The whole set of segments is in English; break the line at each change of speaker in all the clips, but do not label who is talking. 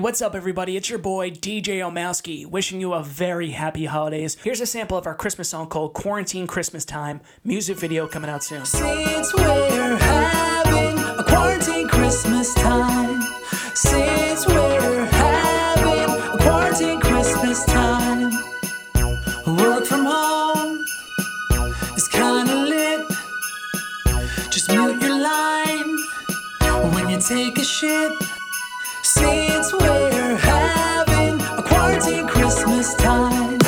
What's up, everybody? It's your boy DJ Omowski, wishing you a very happy holidays. Here's a sample of our Christmas song called Quarantine Christmas Time, music video coming out soon.
Since we're having a quarantine Christmas time. Since we're having a quarantine Christmas time. Work from home is kinda lit. Just mute your line when you take a shit. Since we're having a quarantine Christmas time.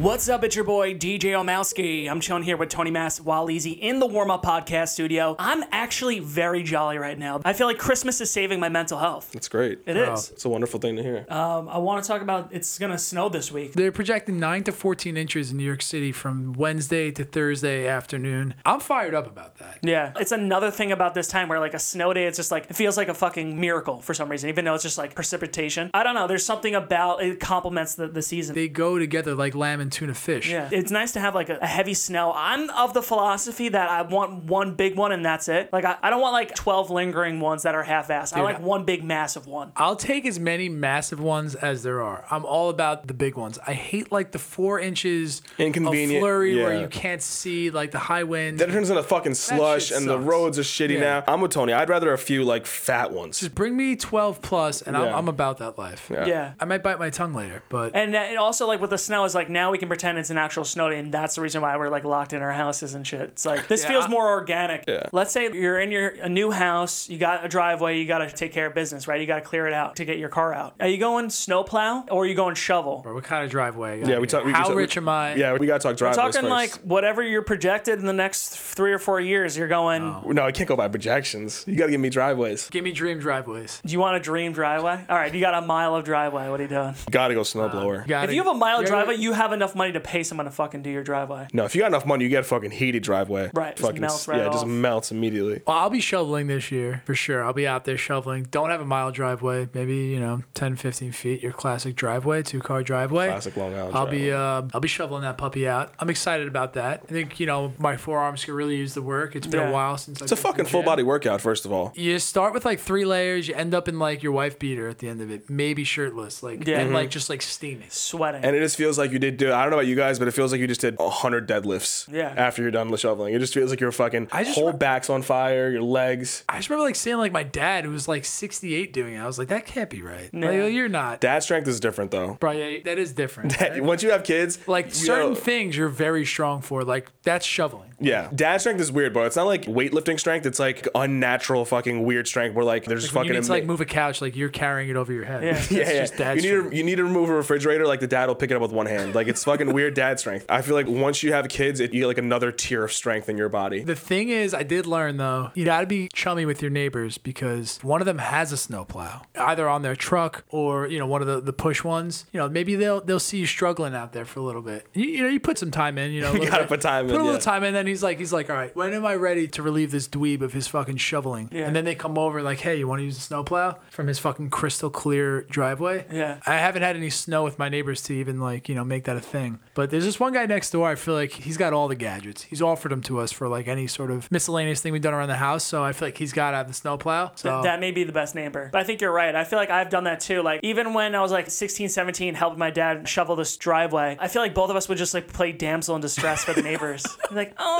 What's up? It's your boy DJ Omowski. I'm chilling here with Tony Mass while easy in the warm up podcast studio. I'm actually very jolly right now. I feel like Christmas is saving my mental health.
It's great.
It is.
It's a wonderful thing to hear.
Uh,
I want to talk about it's gonna snow this week.
They're projecting 9 to 14 inches in New York City from Wednesday to Thursday afternoon. I'm fired up about that.
Yeah, it's another thing about this time where like a snow day, it's just like it feels like a fucking miracle for some reason, even though it's just like precipitation. I don't know. There's something about it complements the, the season.
They go together like lamb and tuna fish.
Yeah, it's nice to have like a, a heavy snow. I'm of the philosophy that I want one big one and that's it. Like I, I don't want like twelve lingering ones that are half-assed. I like one big massive one.
I'll take as many massive ones as there are. I'm all about the big ones. I hate like the four inches
Inconvenient,
of flurry where
yeah.
you can't see like the high wind.
Then it turns into fucking slush,
shit
and the
sucks.
roads are shitty
Yeah.
now. I'm with Tony. I'd rather a few like fat ones.
Just bring me 12 plus and I'm,
Yeah.
I'm about that life.
Yeah.
I might bite my tongue later, but
And that- and also like with the snow is like now we can pretend it's an actual snow day, and that's the reason why we're like locked in our houses and shit. It's like this feels more organic. Let's say you're in your a new house, you got a driveway, you got to take care of business, right? You got to clear it out to get your car out. Are you going snowplow or are you going shovel?
what kind of driveway?
yeah, we talked. we-
How
we-
rich am I?
Yeah, we gotta talk driveways
Talking
first.
like whatever you're projected in the next three or four years, you're going.
No, I can't go by projections. You gotta give me driveways.
Give me dream driveways.
Do you want a dream driveway? All right, you got a mile of driveway. What are you doing?
You gotta go snowblower.
Gotta-
If you have a mile
Uh, Yeah,
driveway, you have enough money to pay someone to fucking do your driveway.
no, if you got enough money, you get a fucking heated driveway.
Right, just
Fucking
melts
s-
right
yeah, it just
off.
melts immediately.
Well, I'll be shoveling this year for sure. I'll be out there shoveling. Don't have a mile driveway, maybe, you know, 10, 15 feet, your classic driveway, two car driveway.
Classic Long Island.
I'll
driveway.
be uh, I'll be shoveling that puppy out. I'm excited about that. I think you know my forearms could really use the work. It's been
Yeah.
a while since
It's a fucking full body workout. First of all,
You start with like three layers. You end up in like your wife beater at the end of it, maybe shirtless, like
Yeah.
and
Mm-hmm.
like just like steaming.
Sweating.
And it just feels like you did do. I don't know about you guys, but it feels like you just did hundred deadlifts.
Yeah.
After you're done shoveling, it just feels like your fucking
I just
whole
re-
back's on fire, your legs.
I just remember like seeing like my dad who was like 68 doing it. I was like, that can't be right.
No.
Like, you're not.
Dad strength is different though.
Bro, yeah, that is different. right?
Once you have kids,
like
you
certain
know-
things you're very strong for. Like that's shoveling.
Yeah, dad strength is weird, bro. It's not like weightlifting strength. It's like unnatural, fucking weird strength. Where like there's just
When
fucking.
you need to like
ama-
move a couch, like you're carrying it over your head.
Yeah.
That's
yeah, yeah.
just dad
you need
strength.
to, you need to remove a refrigerator. Like the dad will pick it up with one hand. Like it's fucking weird dad strength. I feel like once you have kids, it, you get like another tier of strength in your body.
The thing is, I did learn though, you gotta be chummy with your neighbors because one of them has a snowplow, either on their truck or you know one of the, the push ones. You know, maybe they'll they'll see you struggling out there for a little bit. You, you know, you put some time in. You know, a little
gotta
bit.
put time in,
Put a little
yeah.
time in. Then he's like, he's like, all right, when am I ready to relieve this dweeb of his fucking shoveling?
Yeah.
And then they come over like, hey, you want to use the snowplow from his fucking crystal clear driveway?
Yeah.
I haven't had any snow with my neighbors to even like, you know, make that a thing. But there's this one guy next door. I feel like he's got all the gadgets. He's offered them to us for like any sort of miscellaneous thing we've done around the house. So I feel like he's got to have the snowplow. So
That may be the best neighbor. But I think you're right. I feel like I've done that too. Like, even when I was like 16, 17, helping my dad shovel this driveway, I feel like both of us would just like play damsel in distress for the neighbors. like, oh,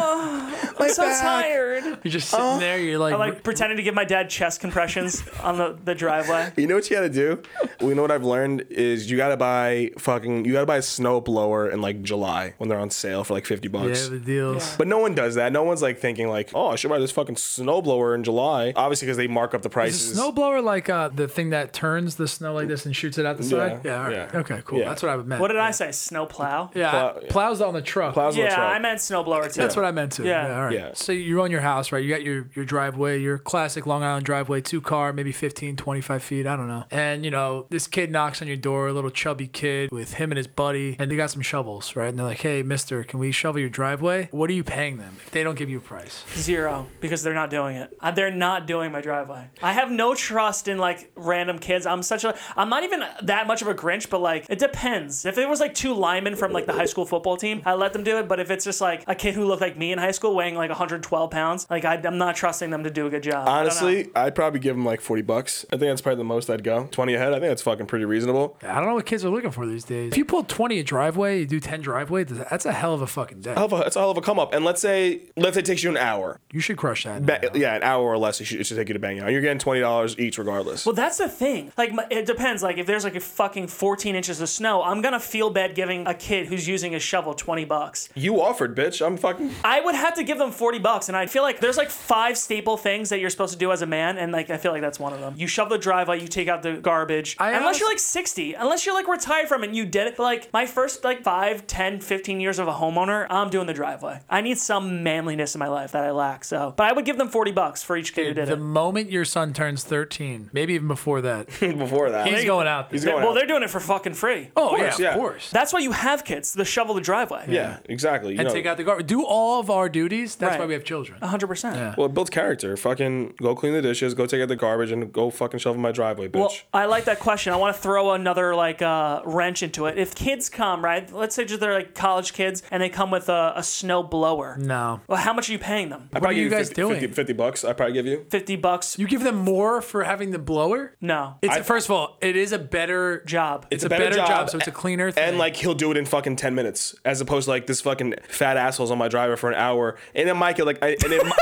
I'm so
back.
tired.
you're just sitting there. You're like,
Oh, I like pretending to give my dad chest compressions on the, the driveway.
You know what you gotta do? Well, you know what I've learned is you gotta buy fucking you gotta buy a snowblower lower in like July when they're on sale for like 50 bucks.
Yeah, the deals.
But no one does that. No one's like thinking like, oh, I should buy this fucking snowblower in July. Obviously, because they mark up the prices.
Is a snowblower like uh, the thing that turns the snow like this and shoots it out the
Yeah,
side? Yeah. all right.
yeah.
Okay. Cool.
Yeah.
That's what I meant.
What did I say? Snow plow?
Yeah.
Plow-
I- plows on the truck.
Plows on the
Yeah,
truck.
I meant snowblower too.
That's what I meant to.
Yeah.
Yeah. all right.
Yeah.
So you own your house, right? You got your, your driveway, your classic Long Island driveway, two car, maybe 15, 25 feet. I don't know. And, you know, this kid knocks on your door, a little chubby kid with him and his buddy, and they got some shovels, right? And they're like, hey, mister, can we shovel your driveway? What are you paying them if they don't give you a price?
Zero, because they're not doing it. Uh, They're not doing my driveway. I have no trust in like random kids. I'm such a. I'm not even that much of a Grinch, but like it depends. If it was like two linemen from like the high school football team, I let them do it. But if it's just like a kid who looked like me in high school, weighing like 112 pounds, like I, I'm not trusting them to do a good job. I don't know.
Honestly, I'd probably give them like 40 bucks. I think that's probably the most I'd go. 20 ahead. I think that's fucking pretty reasonable.
I don't know what kids are looking for these days. If you pull 20 a driveway, you do 10 driveway, that's a hell of a fucking day.
Hell of a- That's a hell of a come up. And let's say, let's say it takes you an hour.
You should crush that.
Ba- yeah, an hour or less. It should, it should take you to bang out. You're getting twenty dollars each, regardless.
Well, that's the thing. Like, my- it depends. Like, if there's like a fucking 14 inches of snow, I'm gonna feel bad giving a kid who's using a shovel 20 bucks.
you offered, bitch. I'm fucking.
I would have to give them 40 bucks, and I feel like there's like five staple things that you're supposed to do as a man, and like I feel like that's one of them. You shove the driveway, you take out the garbage.
I
unless
honest-
you're like 60, unless you're like retired from it and you did it. But, like my first like 5, 10, 15 years of a homeowner, I'm doing the driveway. I need some manliness in my life that I lack, so. But I would give them 40 bucks for each kid who did
The
it.
moment your son turns 13, maybe even before that,
Before that,
he's going out there.
He's going
well,
out.
they're doing it for fucking free.
oh,
course,
yeah,
yeah.
of course.
That's why you have kids, the shovel the driveway.
yeah, exactly. You
and
know,
take out the garbage. Do all of our duties. That's
Right.
why we have children.
100%.
well, it builds character. Fucking go clean the dishes. Go take out the garbage and go fucking shovel my driveway, bitch.
Well, I like that question. I want to throw another like uh, wrench into it. If kids come, right? Let's say just they're like college kids and they come with a, a snow blower.
No.
Well, how much are you paying them?
I probably
are you
give
guys
50,
doing?
50, 50 bucks. I probably give you.
Fifty bucks?
You give them more for having the blower?
no.
It's first of all, it is a better job.
job.
It's, a better, job, so it's a cleaner thing.
And like he'll do it in fucking ten minutes, as opposed to like this fucking fat asshole's on my driver for an hour, and it might get like, and it, and,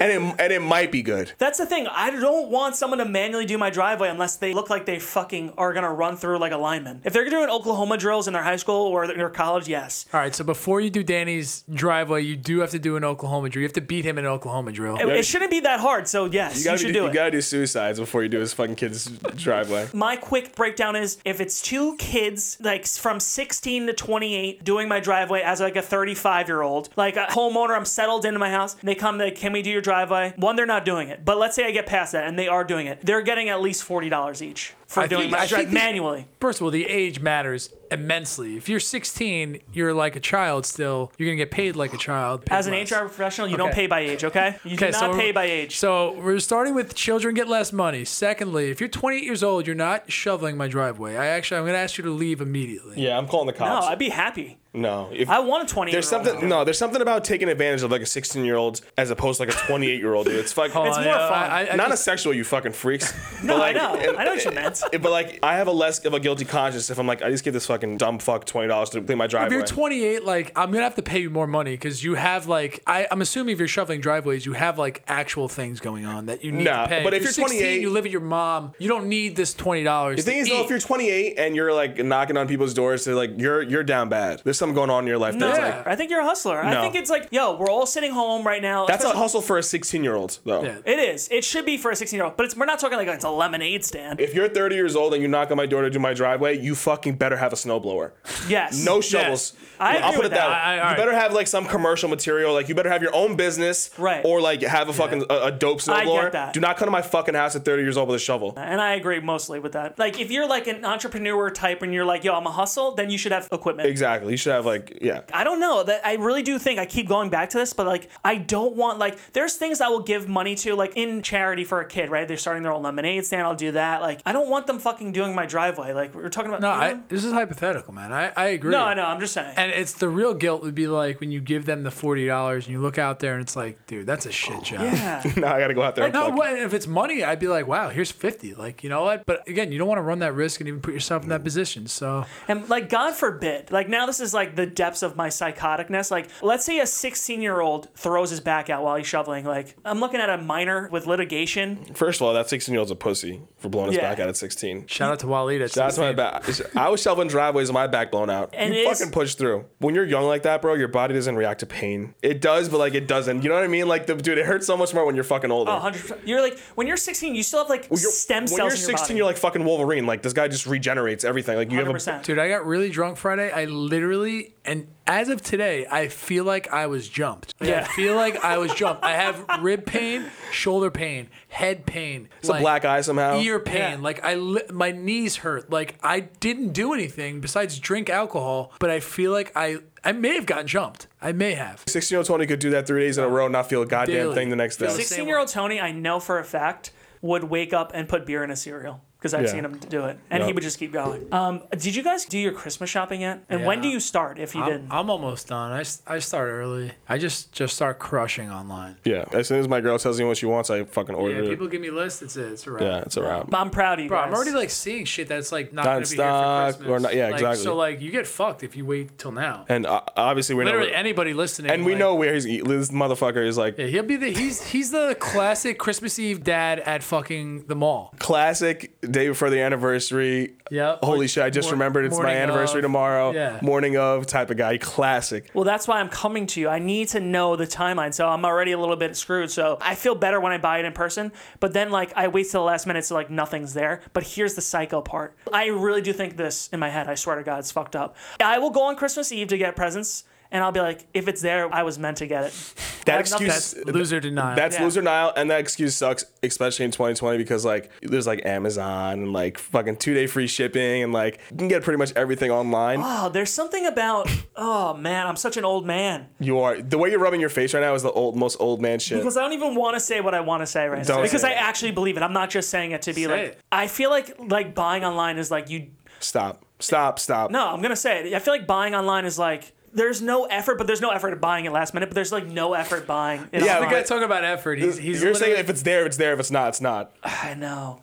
and it and it might be good.
That's the thing. I don't want someone to manually do my driveway unless they look like they fucking are gonna run through like a lineman. If they're doing Oklahoma drills in their high school or their college, yes.
all right, so before you do Danny's driveway, you do have to do an Oklahoma drill. You have to beat him in an Oklahoma drill.
It, it shouldn't be that hard. So yes, you,
You gotta
should
do,
do
you
it.
gotta do suicides before you do his fucking kid's driveway.
my quick breakdown is if it's two kids like from 16 to 28 doing my driveway as like a 35 year old like a homeowner i'm settled into my house and they come like can we do your driveway one they're not doing it but let's say i get past that and they are doing it they're getting at least $40 each for
I
doing
think-
my
I
driveway
think this-
manually
First of all, the age matters immensely. If you're 16, you're like a child still. You're gonna get paid like a child. paid
as an
less.
HR professional, you don't
Okay.
pay by age, okay? You do not
we're-
pay by age.
So we're starting with children get less money. Secondly, if you're 28 years old, you're not shoveling my driveway. I actually, I'm going to ask you to leave immediately.
Yeah, I'm calling the
no,
cops.
I'd be happy.
No, if,
I want a 20
There's something no. There's something about taking advantage of like a 16 year old as opposed to like a 28 year old dude. It's fucking.
Hold
it's
Oh,
on,
more
yeah,
fun.
Oh, I- I- I
Not
just-
a sexual, you fucking freaks.
No, I know. I know what you meant.
But like, I have a less of a guilty conscience if I'm like, I just give this fucking dumb fuck twenty dollars to clean my
If
driveway.
you're 28, like I'm gonna have to pay you more money because you have like I, I'm assuming if you're shoveling driveways, you have like actual things going on that you need
Nah,
to pay.
but if you're 28
you live with your mom. You don't need this twenty dollars.
the thing is, though, if you're 28 and you're like knocking on people's doors, they're like, you're you're down bad. There's something going on in your life.
No,
That's
Yeah.
like,
I think you're a hustler. I
No.
think it's like, yo, we're all sitting home right now.
that's a hustle for a 16 year old though.
Yeah.
It is. It should be for a 16 year old, but it's, we're not talking like it's a lemonade stand.
If you're 30 years old and you knock on my door to do my driveway, you fucking better have a snowblower.
yes.
No shovels.
I agree
I'll put
with
it that,
that.
way.
I- I- all
you
right.
better have like some commercial material. Like you better have your own business,
Right.
Or like have a fucking a, a dope
I get
snowblower.
that.
Do not come to my fucking house at 30 years old with a shovel.
And I agree mostly with that. Like, if you're like an entrepreneur type and you're like, yo, I'm a hustle, then you should have equipment.
Exactly. You should have like yeah.
I don't know that I really do think I keep going back to this, but like I don't want like there's things I will give money to like in charity for a kid, right? They're starting their own lemonade stand. I'll do that. Like I don't want them fucking doing my driveway. Like we're talking about.
no,
you
I,
know?
this is hypothetical, man. I, I agree.
no, no. I'm just saying.
And it's the real guilt would be like when you give them the forty dollars and you look out there and it's like, dude, that's a
Oh.
shit job.
yeah.
now I gotta go out there. And
No,
fuck.
what- if it's money, I'd be like, wow, here's 50. Like, you know what? Mm-hmm. But again, you don't want to run that risk and even put yourself in that position. So
And like, God forbid, like now this is like the depths of my psychoticness. Like, let's say a 16 year old throws his back out while he's shoveling. Like, I'm looking at a minor with litigation.
First of all, that 16 year old's a pussy for blowing his
Yeah.
back out at 16.
Shout out to Waleed. at
That's
16.
my back. I was shoveling driveways and my back blown out.
And
you
it is-
fucking push through. When you're young like that, bro, your body doesn't react to pain. It does, but like it doesn't. You know what I mean? Like, the, dude, it hurts so much more when you're fucking older.
100%. You're like, when you're 16, you still have like
You're-
stem cells
When you're
in your
16,
body.
you're like fucking Wolverine. Like this guy just regenerates everything. Like you have
100%.
Dude, I got really drunk Friday. I literally, and as of today, I feel like I was jumped. Like,
Yeah.
I feel like I was jumped. I have rib pain, shoulder pain, head pain. It's
a black eye somehow.
Ear pain.
Yeah.
Like I, li- my knees hurt. Like I didn't do anything besides drink alcohol, but I feel like I, I may have gotten jumped. I may have.
16 year old Tony could do that three days in a row and not feel a goddamn
Daily.
thing the next day.
Feel sick.
16 year old Tony, I know for a fact, would wake up and put beer in a cereal because I've
Yeah.
seen him do it, and he
Yep.
would just keep going. Um, did you guys do your Christmas shopping yet? And when do
Yeah.
you start? If you
I'm,
didn't,
I'm almost done. I, s- I start early. I just just start crushing online.
Yeah. As soon as my girl tells me what she wants, I fucking order
Yeah, people
it.
give me lists. It's it. It's a wrap.
Yeah, it's a wrap.
I'm proud of you.
Bro,
guys.
I'm already like seeing shit that's like
Not
not, gonna
in
be here for
stock or
Christmas.
not- yeah,
Like,
exactly.
So like you get fucked if you wait till now.
And uh, obviously we know.
Literally
where-
anybody listening.
And we
like-
know where he's. e, This motherfucker is like
Yeah, he'll be the he's he's the classic Christmas Eve dad at fucking the mall.
classic day before the anniversary.
Yeah,
Holy
like,
shit! I just
mor-
remembered it's my
morning
anniversary
of.
tomorrow.
Yeah.
Morning of type of guy. Classic.
Well, that's why I'm coming to you. I need to know the timeline. So I'm already a little bit screwed. So I feel better when I buy it in person. But then, like, I wait till the last minute, so, like, nothing's there. But here's the psycho part. I really do think this in my head. I swear to God, it's fucked up. I will go on Christmas Eve to get presents, and I'll be like, if it's there, I was meant to get it. I
That
have nothing-
excuse.
Loser denial.
uh, That's
Yeah.
loser Nile, and that excuse sucks, especially in 2020 because like there's like Amazon and like fucking two day free shipping and like you can get pretty much everything online.
Ah.
Oh, there's something about, oh, man, I'm such an old man.
You are the way you're rubbing your face right now is the old most old man shit.
Because I don't even want to say what I want to say right now.
Don't
Because
say
I
it.
actually believe it. I'm not just saying it to be
Say
like,
it.
I feel like, like, buying online is like, you
stop, stop, stop.
No, I'm gonna say it. I feel like buying online is like there's no effort, but there's no effort at buying it last minute. But there's like no effort buying. It
Yeah,
online.
the guy talking about effort. He's, he's
you're saying
literally-
if it's there, it's there. If it's not, it's not.
I know.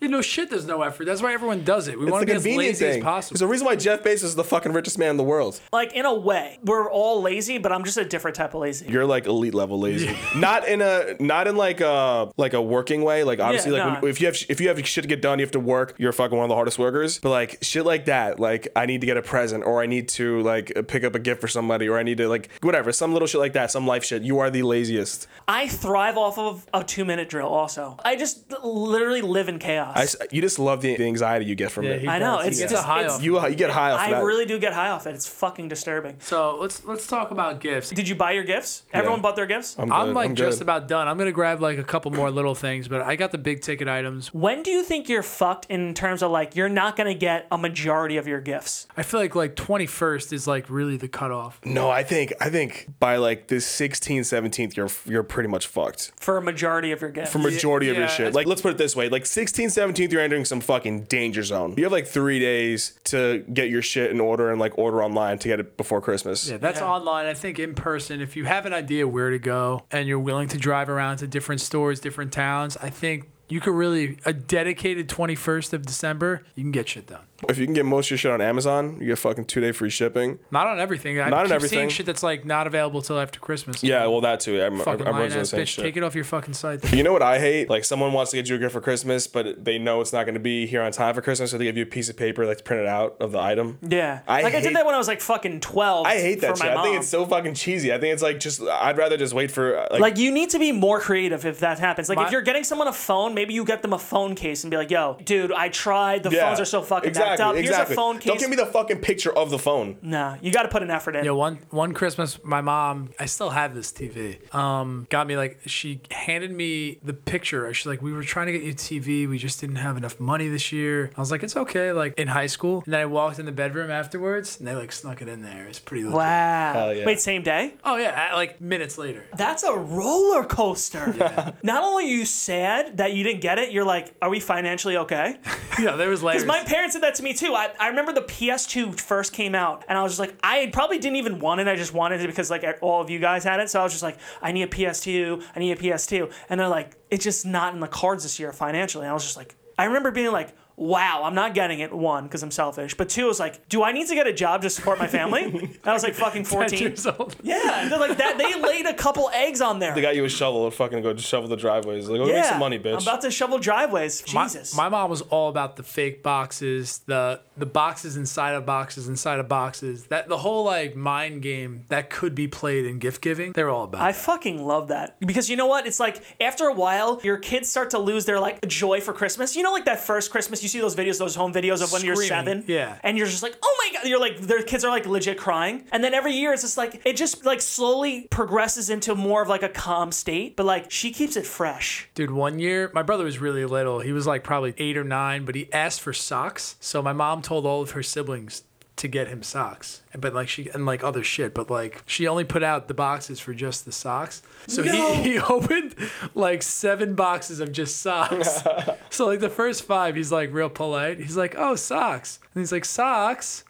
you know shit. There's no effort. That's why everyone does it. We
It's
want
the
to be as
convenient
lazy
thing.
as
There's a
possible.
reason why Jeff Bezos is the fucking richest man in the world.
Like in a way, we're all lazy, but I'm just a different type of lazy.
You're like elite level lazy. not in a not in like a like a working way. Like obviously,
Yeah,
like
nah.
when, if you have if you have shit to get done, you have to work. You're fucking one of the hardest workers. But like shit like that, like I need to get a present, or I need to like pick up a gift for somebody, or I need to like whatever, some little shit like that, some life shit. You are the laziest.
I thrive off of a two minute drill. Also, I just literally live in chaos.
I s you just love the, the anxiety you get from it.
I know, it's
it's
just-
a high
it's-
off.
you you get high off
I
that.
really do get high off it. It's fucking disturbing.
So let's let's talk about gifts.
Did you buy your gifts? Everyone bought their gifts.
I'm,
I'm
good,
like
I'm
just
good.
about done. I'm gonna grab like a couple more little things, but I got the big ticket items.
when do you think you're fucked in terms of like you're not gonna get a majority of your gifts?
I feel like like 21st is like really the cutoff.
No, I think I think by like the 16th, 17th, you're you're pretty much fucked.
For a majority of your gifts.
for majority of your
yeah,
shit.
it's-
Like, let's put it this way: like 16th, 17th, you're entering some fucking danger zone. You have like three days to get your shit in order and like order online to get it before Christmas.
Yeah, that's online. I think in person, if you have an idea where to go and you're willing to drive around to different stores, different towns, I think you could really a dedicated 21st of December, you can get shit done.
If you can get most of your shit on Amazon, you get fucking two day free shipping.
Not on everything. I
Not on
keep
everything.
Seeing shit that's like not available till after Christmas.
Yeah, well, that too. I'm, I'm
Fucking
running
lying
the
ass
same
bitch,
shit.
take it off your fucking site.
You know what I hate? Like someone wants to get you a gift for Christmas, but they know it's not going to be here on time for Christmas, so they give you a piece of paper like to print it out of the item.
Yeah.
I
like I
hate-
did that when I was like fucking 12.
I hate
for
that shit.
my
I think
mom.
it's so fucking cheesy. I think it's like just I'd rather just wait for uh, like
Like you need to be more creative if that happens. Like
My-
if you're getting someone a phone, maybe you get them a phone case and be like, "Yo, dude, I tried. The phones are so fucking
exactly,
backed up. Here's
exactly.
a phone case."
Don't give me the fucking picture of the phone.
nah, you got to put an effort in.
Yeah, one one Christmas, my mom, I still have this TV. Um, got me like she handed me the picture. She's like, we were trying to get you a TV, we just didn't have enough money this year. I was like, it's okay, like in high school. And then I walked in the bedroom afterwards, and they like snuck it in there. It's pretty. Legit.
Wow.
Hell yeah.
Wait, same day?
Oh yeah, I- like minutes later.
That's a roller coaster. Not only are you sad that you didn't get it, you're like, "Are we financially okay?"
Yeah, there was layers.
Because my parents did that to me too. I, I remember the PS2 first came out, and I was just like, I probably didn't even want it. I just wanted it because like e, all of you guys had it. So I was just like, I need a PS2. I need a PS2. And they're like, it's just not in the cards this year financially. And I was just like, I remember being like, wow, I'm not getting it. One, because I'm selfish, but two is like, do I need to get a job to support my family? I was like fucking 14.
years old.
Yeah, they're like that. They laid a couple eggs on there.
They got you a shovel and fucking go shovel the driveways. Like, go
yeah,
make some money, bitch.
I'm about to shovel driveways.
My-
Jesus.
My, mom was all about the fake boxes, the the boxes inside of boxes inside of boxes. That the whole like mind game that could be played in gift giving. They're all about.
I
that.
fucking love that because you know what? It's like after a while, your kids start to lose their like joy for Christmas. You know, like that first Christmas, you see those videos, those home videos of when you're
Screaming,
seven,
yeah.
and you're just like, oh my god, you're like their kids are like legit crying, and then every year it's just like it just like slowly progresses into more of like a calm state, but like she keeps it fresh.
Dude, one year my brother was really little. He was like probably eight or nine, but he asked for socks. So my mom told all of her siblings to get him socks, but like she and like other shit. But like she only put out the boxes for just the socks. So
No.
he, he opened like seven boxes of just socks. so like the first five, he's like real polite. He's like, oh socks, and he's like socks,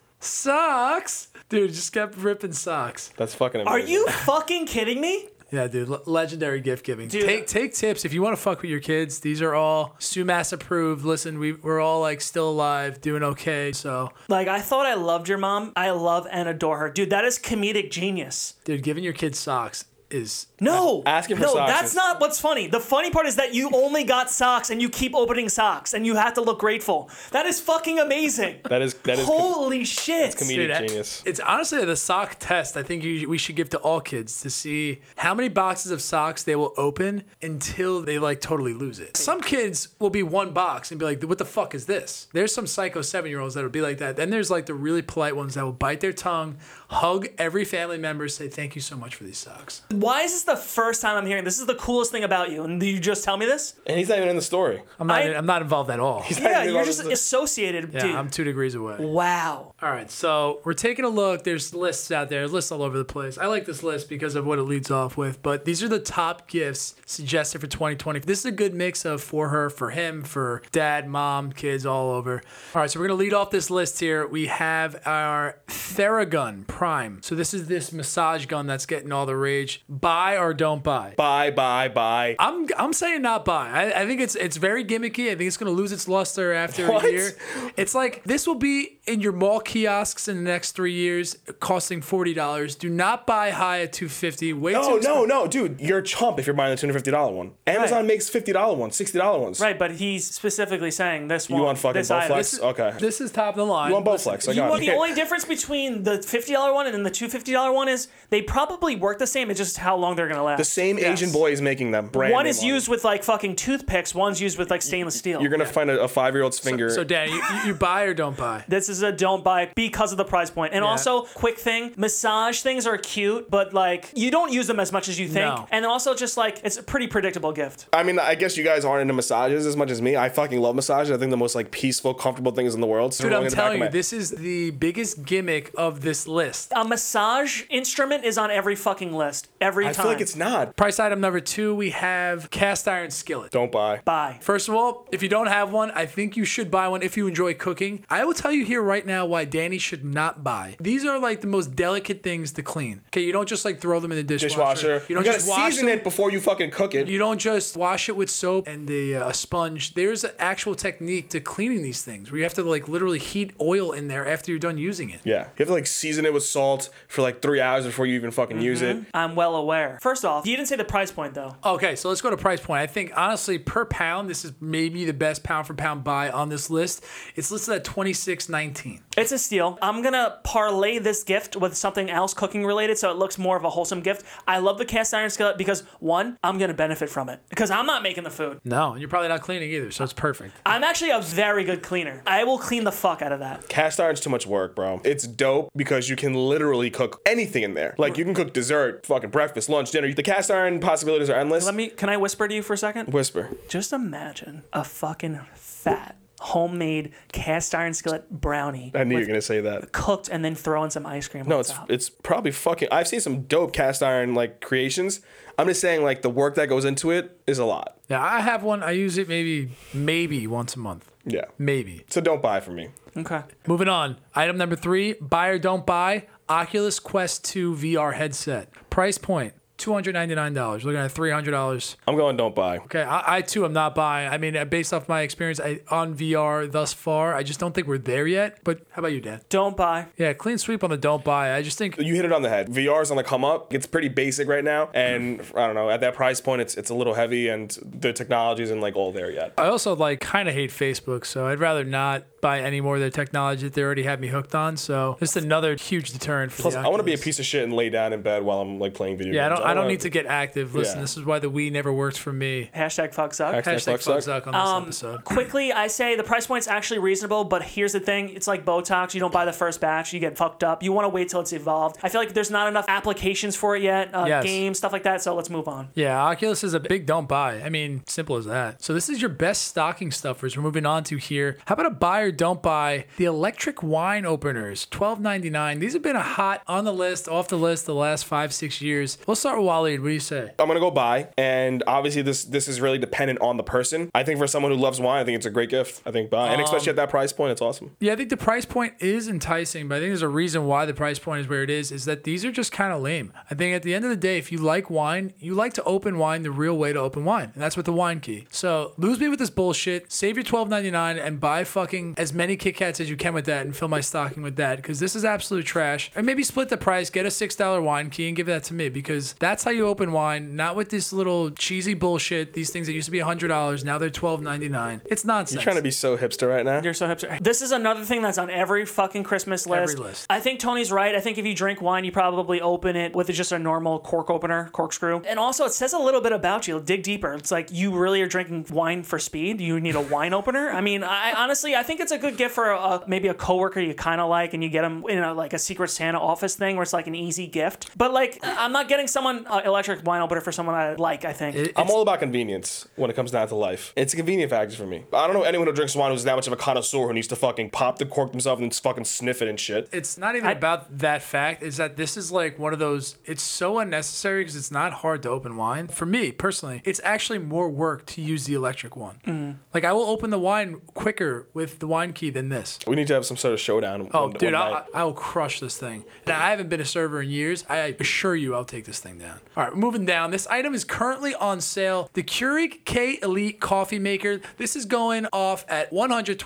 socks. Dude, just kept ripping socks.
That's fucking amazing.
Are you fucking kidding me?
Yeah, dude, le- legendary gift giving.
Dude.
Take take tips if you want to fuck with your kids. These are all Sumas approved. Listen, we we're all like still alive, doing okay. So,
Like I thought I loved your mom. I love and adore her, dude. That is comedic genius.
dude, giving your kids socks is
No,
Asking for
no,
socks
that's
is-
not what's funny. The funny part is that you only got socks and you keep opening socks and you have to look grateful. That is fucking amazing.
That is that is.
Holy shit.
comedic.
dude,
genius.
It's honestly the sock test. I think you, we should give to all kids to see how many boxes of socks they will open until they like totally lose it. Some kids will be one box and be like, "What the fuck is this?" There's some psycho seven year olds that'll be like that. Then there's like the really polite ones that will bite their tongue, hug every family member, say thank you so much for these socks.
Why is this the first time I'm hearing this? is the coolest thing about you. And you just tell me this?
and he's not even in the story.
I'm not.
I-
I'm not involved at all.
Yeah,
I
you're
love
just
this.
associated,
Yeah,
dude.
I'm two degrees away.
wow.
All right, so we're taking a look. There's lists out there, lists all over the place. I like this list because of what it leads off with, but these are the top gifts suggested for 2020. This is a good mix of for her, for him, for dad, mom, kids, all over. All right, so we're going to lead off this list here. We have our Theragun Prime. So this is this massage gun that's getting all the rage. Buy or don't buy.
Bye, bye, bye.
I'm I'm saying not buy. I, I think it's it's very gimmicky. I think it's gonna lose its luster after
What?
a year. It's like this will be in your mall kiosks in the next three years, costing forty dollars. Do not buy high at two fifty. Way
No,
too expensive.
no, no, dude. You're a chump if you're buying the two hundred fifty dollar one. Amazon makes fifty dollar ones, sixty dollar ones.
Right, but he's specifically saying this one.
You want fucking
this item.
Bowflex? Okay.
This is top of the line.
you want Bowflex? I
You know,
got
the
it.
only difference between the $50 one and then the $250 one is they probably work the same. It's just how long they're going to last.
The same Asian boy is making them. Brand
One
name
is
on
used with like fucking toothpicks. One's used with like stainless steel.
it. You're gonna find a, a five year old's finger.
So Dan, you, you- you buy or don't buy.
this is a don't buy because of the price point. And also, quick thing, massage things are cute, but like you don't use them as much as you think.
No.
And also, just like it's a pretty predictable gift.
I mean, I guess you guys aren't into massages as much as me. I fucking love massages. I think the most like peaceful, comfortable things in the world. So
Dude, I'm
in the back of
telling
my-
you, this is the biggest gimmick of this list.
A massage instrument is on every fucking list every
I
time.
feel like it's not.
Price item number two, we have cast iron skillet.
Don't buy.
buy.
First of all, if you don't have one, I think you should buy one if you enjoy cooking. I will tell you here right now why Danny should not buy. These are like the most delicate things to clean. Okay, you don't just like throw them in the dishwasher.
Dishwasher.
You don't
gotta
just wash
season
them.
it before you fucking cook it.
You don't just wash it with soap and a uh, sponge. There's an actual technique to cleaning these things where you have to like literally heat oil in there after you're done using it.
yeah, you have to like season it with salt for like three hours before you even fucking use it.
Mm-hmm.
I'm well aware. First off, you didn't say the price point though.
Okay, so let's go to price point. I think honestly, per pound, this is maybe the best pound for pound buy on this list. It's listed at twenty six nineteen.
It's a steal. I'm gonna parlay this gift with something else cooking related, so it looks more of a wholesome gift. I love the cast iron skillet because one, I'm gonna benefit from it because I'm not making the food.
No, and you're probably not cleaning either, so it's perfect.
I'm actually a very good cleaner. I will clean the fuck out of that.
Cast iron's too much work, bro. It's dope because you can literally cook anything in there. Like you can cook dessert, fucking breakfast, lunch, dinner. The cast iron possibilities are endless.
Let me. Can I whisper to you for a second?
whisper.
Just imagine a fucking fat homemade cast iron skillet brownie
I knew you were gonna say that.
cooked and then throw in some ice cream.
No,
on
it's
top.
it's probably fucking. I've seen some dope cast iron like creations. I'm just saying like the work that goes into it is a lot.
Yeah, I have one. I use it maybe maybe once a month.
Yeah.
Maybe.
So don't buy from me.
okay.
Moving on. Item number three, buy or don't buy, Oculus Quest 2 VR headset. Price point. two hundred ninety nine dollars. Looking at three hundred dollars.
I'm going. Don't buy.
Okay, I, I too am not buying. I mean, uh, based off my experience I, on VR thus far, I just don't think we're there yet. But how about you, Dan?
Don't buy.
Yeah, clean sweep on the don't buy. I just think
You hit it on the head. VR's on the come up. It's pretty basic right now, and I don't know. At that price point, it's it's a little heavy, and the technology isn't like all there yet.
I also like kind of hate Facebook, so I'd rather not buy any more of their technology that they already have me hooked on. So this is another huge deterrent for
Plus,
the
I want to be a
Oculus.
piece of shit and lay down in bed while I'm like playing video
Yeah, I
games.
don't. I don't
wanna-
need to get active. Listen,
Yeah.
this is why the Wii never worked for me.
Hashtag fuck suck.
Hashtag
Hashtag
fuck
fuck
suck.
suck on this
Um,
episode.
Quickly, I say the price point's actually reasonable, but here's the thing: it's like Botox. You don't buy the first batch, you get fucked up. You want to wait till it's evolved. I feel like there's not enough applications for it yet, uh,
Yes.
games, stuff like that. So let's move on.
Yeah, Oculus is a big don't buy. I mean, simple as that. So this is your best stocking stuffers. We're moving on to here. How about a buy or don't buy the electric wine openers? Twelve ninety nine. These have been a hot on the list, off the list the last five six years. We'll start with Waleed. What do you say?
I'm gonna go buy, and obviously this this is really dependent on the person. I think for someone who loves wine, I think it's a great gift. I think buy, and
Um,
especially at that price point, it's awesome.
Yeah, I think the price point is enticing, but I think there's a reason why the price point is where it is, is that these are just kind of lame. I think at the end of the day, if you like wine, you like to open wine the real way to open wine, and that's with the wine key. So lose me with this bullshit, save your $12.99 and buy fucking as many Kit Kats as you can with that and fill my stocking with that, because this is absolute trash. And maybe split the price, get a $6 wine key and give that to me, because that's how you open wine, not with this little cheesy bullshit, these things that used to be $100, now they're $12.99. It's nonsense.
Trying to be so hipster right now.
You're so hipster. This is another thing that's on every fucking Christmas list.
Every list.
I think Tony's right. I think if you drink wine, you probably open it with just a normal cork opener, corkscrew. And also, it says a little bit about you. Dig deeper. It's like you really are drinking wine for speed. You need a wine opener. I mean, I honestly, I think it's a good gift for a, maybe a coworker you kind of like, and you get them in a, like a Secret Santa office thing where it's like an easy gift. But like, I'm not getting someone uh, electric wine opener for someone I like. I think.
I'm all about convenience when it comes down to life. It's a convenient factor for me. I don't know anyone who drinks wine who's that much of a connoisseur who needs to fucking pop the cork themselves and fucking sniff it and shit.
it's not even about that fact is that this is like one of those it's so unnecessary because it's not hard to open wine for me personally it's actually more work to use the electric one
Mm-hmm.
like i will open the wine quicker with the wine key than this
We need to have some sort of showdown.
oh
one-
dude
one
I,
night.
I- I will crush this thing now, i haven't been a server in years i assure you i'll take this thing down all right moving down this item is currently on sale the keurig k elite coffee maker this is going off at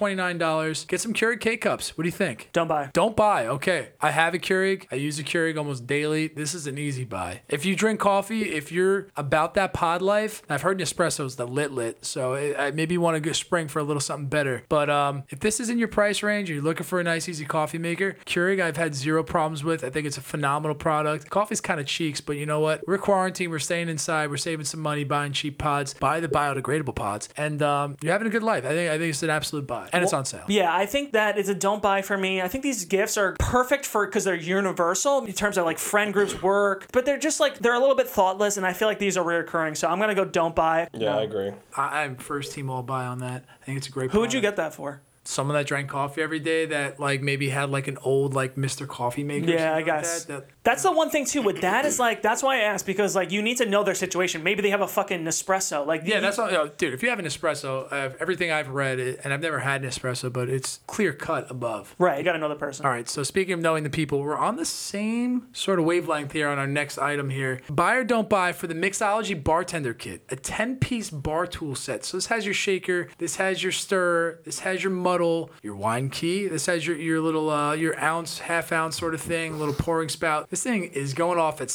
$129 get some keurig k cups what do you think
don't buy.
don't buy. Okay. I have a Keurig. I use a Keurig almost daily. This is an easy buy. If you drink coffee, if you're about that pod life, I've heard Nespresso's the lit lit. So it, I maybe want to go spring for a little something better. But um, if this is in your price range, you're looking for a nice, easy coffee maker, Keurig, I've had zero problems with. I think it's a phenomenal product. Coffee's kind of cheeks, but you know what? We're quarantined. We're staying inside. We're saving some money buying cheap pods. Buy the biodegradable pods. And um, you're having a good life. I think, I think it's an absolute buy. And it's on sale.
Yeah, I think that it's a don't buy for me. I think these gifts are perfect for because they're universal in terms of like friend groups, work, but they're just like they're a little bit thoughtless, and I feel like these are reoccurring. So I'm gonna go don't buy.
yeah, I agree.
I, I'm first team all buy on that. I think it's a great.
Who would you get that for?
Someone that drank coffee every day that like maybe had like an old like Mr. Coffee maker. or
Yeah, I
something like
guess.
that, that-
That's the one thing too with that is like that's why I asked because like you need to know their situation. Maybe they have a fucking Nespresso. Like
yeah, that's all, yo, dude. If you have an espresso, uh, everything I've read, it- and I've never had an espresso, but it's clear cut above.
right. You gotta know the person.
All right. So speaking of knowing the people, we're on the same sort of wavelength here on our next item here. Buy or don't buy for the mixology bartender kit, a 10-piece bar tool set. So this has your shaker, this has your stir, this has your muddle, your wine key, this has your your little uh, your ounce, half ounce sort of thing, little pouring spout. This thing is going off at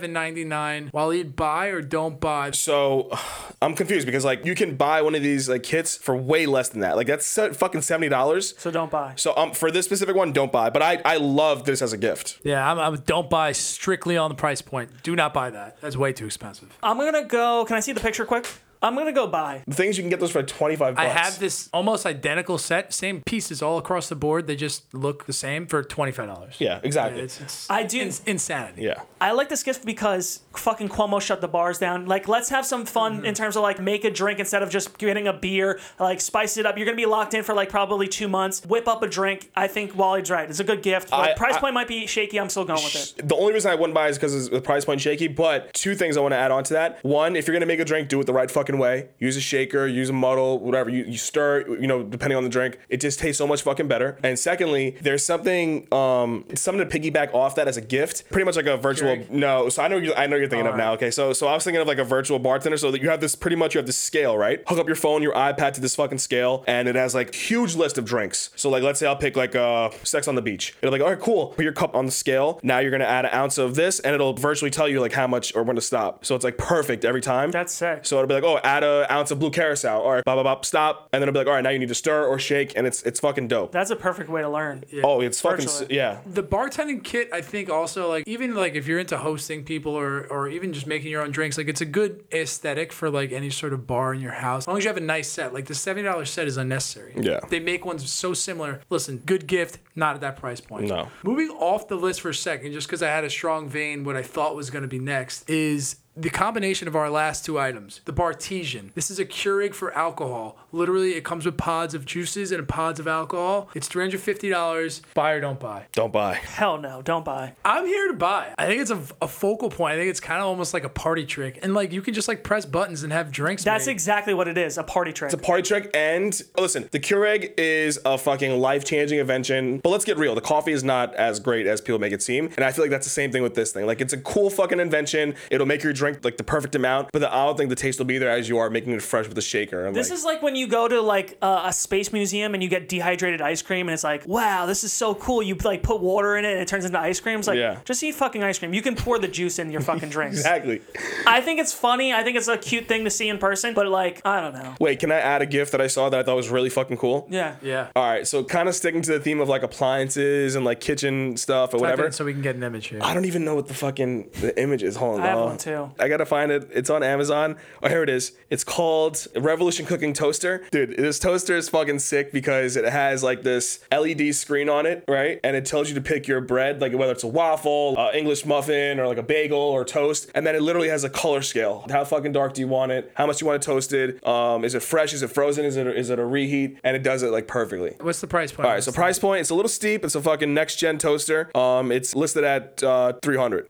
$67.99. While you buy or don't buy.
So I'm confused because like you can buy one of these like kits for way less than that. Like that's se- fucking seventy dollars.
So don't buy.
So um, for this specific one, don't buy. But I I love this as a gift.
Yeah, I'm, I'm don't buy strictly on the price point. Do not buy that. That's way too expensive.
I'm gonna go. Can I see the picture quick? I'm gonna go buy.
The things you can get those for like twenty five.
I have this almost identical set, same pieces all across the board. They just look the same for twenty five dollars.
Yeah, exactly.
it's, it's
I do.
it's insanity.
yeah.
I like this gift because fucking Cuomo shut the bars down. Like, let's have some fun
Mm-hmm.
in terms of like make a drink instead of just getting a beer. Like, spice it up. You're gonna be locked in for like probably two months. Whip up a drink. I think Wally's right. It's a good gift. Like,
I-
price
I-
point might be shaky. I'm still going with it.
The only reason I wouldn't buy is because the price point shaky. But two things I want to add on to that. One, if you're gonna make a drink, do it the right fucking fucking way. Use a shaker, use a muddle, whatever. You, you stir, you know, depending on the drink. It just tastes so much fucking better. And secondly, there's something, um, something to piggyback off that as a gift. Pretty much like a virtual.
Keurig?
No, so I know you, I know you're thinking of
Alright.
now. Okay, so so I was thinking of like a virtual bartender. So that you have this pretty much you have this scale, right? Hook up your phone, your iPad to this fucking scale, and it has like huge list of drinks. So like let's say I'll pick like uh sex on the beach. It'll be like all right, cool. Put your cup on the scale. Now you're gonna add an ounce of this, and it'll virtually tell you like how much or when to stop. So it's like perfect every time.
That's sick.
So it'll be like oh add an ounce of blue carousel. All right, bop bop bop stop, and then it'll be like all right now you need to stir or shake, and it's it's fucking dope.
That's a perfect way to learn. Yeah.
oh, it's fucking s-
virtually.
yeah.
the bartending kit i think also like even like if you're into hosting people or or even just making your own drinks like it's a good aesthetic for like any sort of bar in your house as long as you have a nice set like the $70 set is unnecessary
Yeah.
they make ones so similar listen good gift not at that price point
No.
moving off the list for a second just because i had a strong vein what i thought was going to be next is the combination of our last two items, the Bartesian. This is a Keurig for alcohol. Literally, it comes with pods of juices and pods of alcohol. It's $350. Buy or don't buy.
Don't buy.
Hell no, don't buy.
I'm here to buy. I think it's a, a focal point. I think it's kind of almost like a party trick, and like you can just like press buttons and have drinks.
That's
made.
exactly what it is. A party trick.
Party Trick and oh, listen, the Keurig is a fucking life changing invention. But let's get real, the coffee is not as great as people make it seem, and I feel like that's the same thing with this thing. Like it's a cool fucking invention. It'll make your drink like the perfect amount, but I don't think the taste will be there as you are making it fresh with a shaker. And,
This
like,
is like when you go to like a, a space museum and you get dehydrated ice cream and it's like, wow, this is so cool. You like put water in it and it turns into ice cream. It's like,
Yeah.
just eat fucking ice cream. You can pour the juice in your fucking drinks.
exactly.
I think it's funny. I think it's a cute thing to see in person, but like, I don't know.
Wait, can I add a gift that I saw that I thought was really fucking cool?
Yeah.
yeah.
All right, so kind of sticking to the theme of like appliances and like kitchen stuff or
Type it
whatever.
in so we can get an image here.
I don't even know what the fucking the image is. Hold on.
I have
uh,
one, too.
I gotta find it. It's on Amazon. Oh, here it is. It's called Revolution Cooking Toaster. Dude, this toaster is fucking sick because it has like this LED screen on it, right? And it tells you to pick your bread, like whether it's a waffle, uh, English muffin, or like a bagel or toast. And then it literally has a color scale. How fucking dark do you want it? How much you want it toasted? Um, is it fresh? Is it frozen? Is it is it a reheat? And it does it like perfectly.
What's the price point?
All right, so price point, it's a little steep. It's a fucking next gen toaster. Um, it's listed at uh, 300.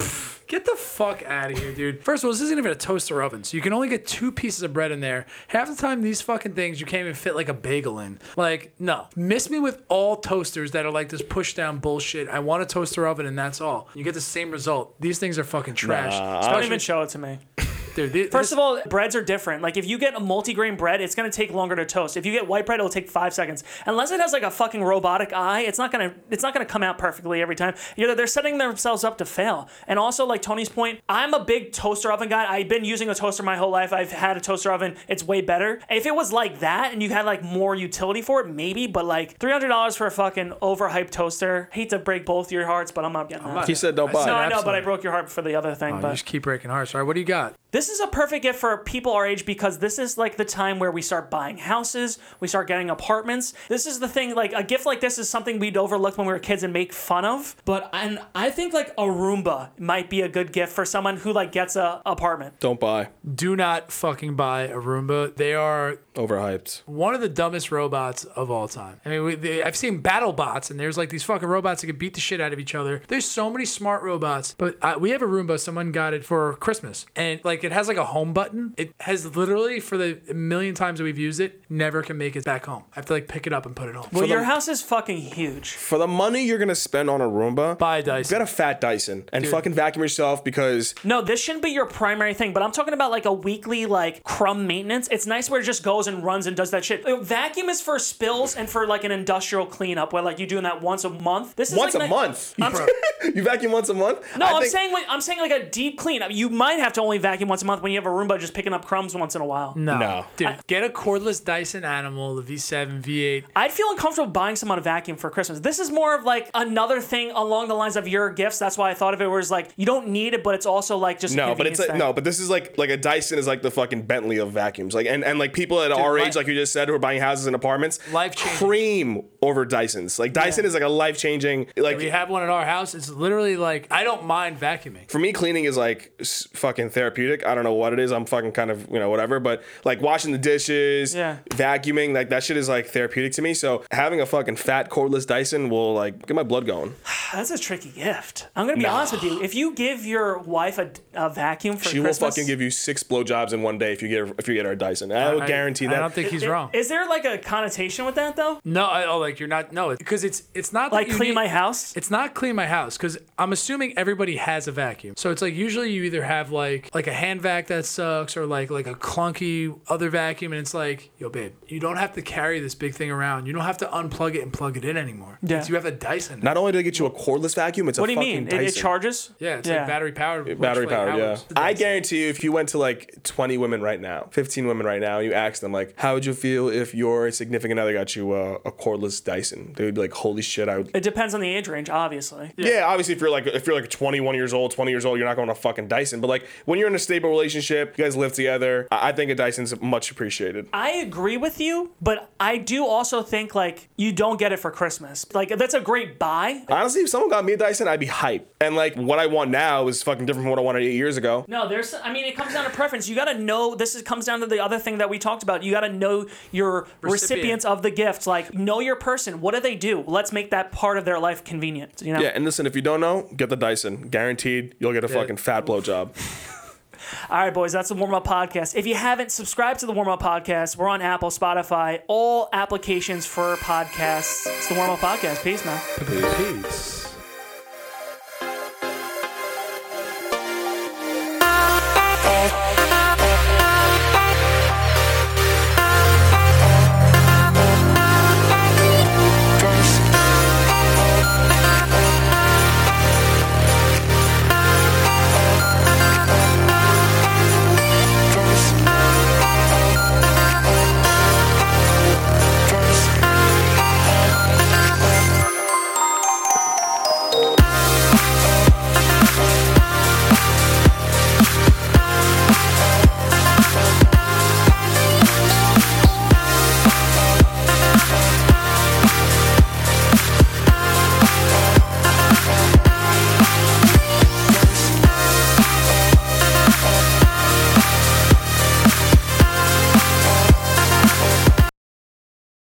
Get the fuck out of here, dude. First of all, this isn't even a toaster oven, so you can only get two pieces of bread in there. Half the time, these fucking things you can't even fit like a bagel in. Like, no. Miss me with all toasters that are like this push down bullshit. I want a toaster oven, and that's all. You get the same result. These things are fucking trash.
Don't even show it to me.
dude, thi-
First of all, breads are different. Like if you get a multigrain bread, it's gonna take longer to toast. If you get white bread, it'll take five seconds. Unless it has like a fucking robotic eye, it's not gonna it's not gonna come out perfectly every time. You know, they're setting themselves up to fail. And also, like Tony's point, I'm a big toaster oven guy. I've been using a toaster my whole life. I've had a toaster oven. It's way better. If it was like that and you had like more utility for it, maybe. But like three hundred dollars for a fucking overhyped toaster. Hate to break both your hearts, but I'm not getting that.
He said don't
I
buy.
said
no, I know, but I
absolutely. Oh,
broke your heart for the other thing.
You
but
just keep breaking hearts. All right, what do you got?
this is a perfect gift for people our age because this is like the time where we start buying houses, we start getting apartments. This is the thing, like a gift like this is something we'd overlooked when we were kids and make fun of. But and I think like a Roomba might be a good gift for someone who like gets a apartment.
Don't buy.
do not fucking buy a Roomba. They are
Overhyped.
one of the dumbest robots of all time. I mean, we, they, I've seen battle bots, and there's like these fucking robots that can beat the shit out of each other. There's so many smart robots, but uh, we have a Roomba. Someone got it for Christmas, and like it has like a home button. It has literally for the million times that we've used it, never can make it back home. I have to like pick it up and put it home.
Well, your
the-
house is fucking huge.
For the money you're gonna spend on a Roomba,
Buy a Dyson.
Get a fat Dyson and fucking vacuum yourself because
No, this shouldn't be your primary thing, but I'm talking about like a weekly like crumb maintenance. It's nice where it just goes and runs and does that shit. A vacuum is for spills and for like an industrial cleanup where like you're doing that once a month. This is
once
like
a
ni-
month, you vacuum once a month.
No, I am saying like, I'm saying like a deep clean. You might have to only vacuum once a month when you have a Roomba just picking up crumbs once in a while.
no.
No.
dude, get a cordless Dyson Animal, the V7, V8.
I'd feel uncomfortable buying someone a vacuum for Christmas. This is more of like another thing along the lines of your gifts. That's why I thought of it was like you don't need it, but it's also like just a
No, but it's like,
convenience
no,
thing.
but this is like like a Dyson is like the fucking Bentley of vacuums. Like and and like people at our
li-
age, like you just said, who are buying houses and apartments,
Life-changing.
cream over Dysons. Like Dyson is like a life changing. Like
We have one at our house. It's literally like I don't mind vacuuming.
for me, cleaning is like s- fucking therapeutic. like I don't know what it is. I'm fucking kind of you know whatever, but like washing the dishes,
Yeah.
vacuuming, like that shit is like therapeutic to me. So having a fucking fat cordless Dyson will like get my blood going.
That's a tricky gift. I'm gonna be honest with you. If you give your wife a, a vacuum for
She
Christmas,
will fucking give you six blowjobs in one day if you get her, if you get her a Dyson. I will
I-
guarantee
I
that.
don't think he's
I-
wrong.
Is there like a connotation with that though?
no, I, oh, like you're not. No, because it's it's not that
Like
you
clean
need-
my house?
It's not clean my house because I'm assuming everybody has a vacuum. So it's like usually you either have like like a hand vac that sucks or like like a clunky other vacuum, and it's like yo babe, you don't have to carry this big thing around. You don't have to unplug it and plug it in anymore.
Yeah.
It's- you have a Dyson. now.
Not only do they get you a cordless vacuum, it's
What do
a
you
fucking
mean? It,
Dyson.
it charges?
yeah, it's like battery powered. which,
Battery
like,
powered, yeah.
powers the
I
Dyson.
guarantee you, if you went to like 20 women right now, 15 women right now, and you asked them, like, how would you feel if your significant other got you uh, a cordless Dyson? They would be like, holy shit, I would.
It depends on the age range, obviously.
Yeah. obviously, if you're like if you're like 21 years old, 20 years old, you're not going to fucking Dyson. But like when you're in a stable relationship, you guys live together. I, I think a Dyson's much appreciated.
I agree with you, but I do also think like you don't get it for Christmas. Like that's a great buy.
Honestly, if someone got me a Dyson, I'd be hype. And like what I want now is fucking different from what I wanted eight years ago.
No, there's. I mean, it comes down to preference. You got to know. This is, comes down to the other thing that we talked about. You got to know your recipients of the gift. Like, know your person. What do they do? Let's make that part of their life convenient. You know.
Yeah, and listen, if you don't know, get the Dyson. Guaranteed, you'll get a fucking fat blowjob.
All right, boys, that's the warm up podcast. If you haven't subscribed to the warm up podcast, we're on Apple, Spotify, all applications for podcasts. It's the warm up podcast. Peace, man.
Peace.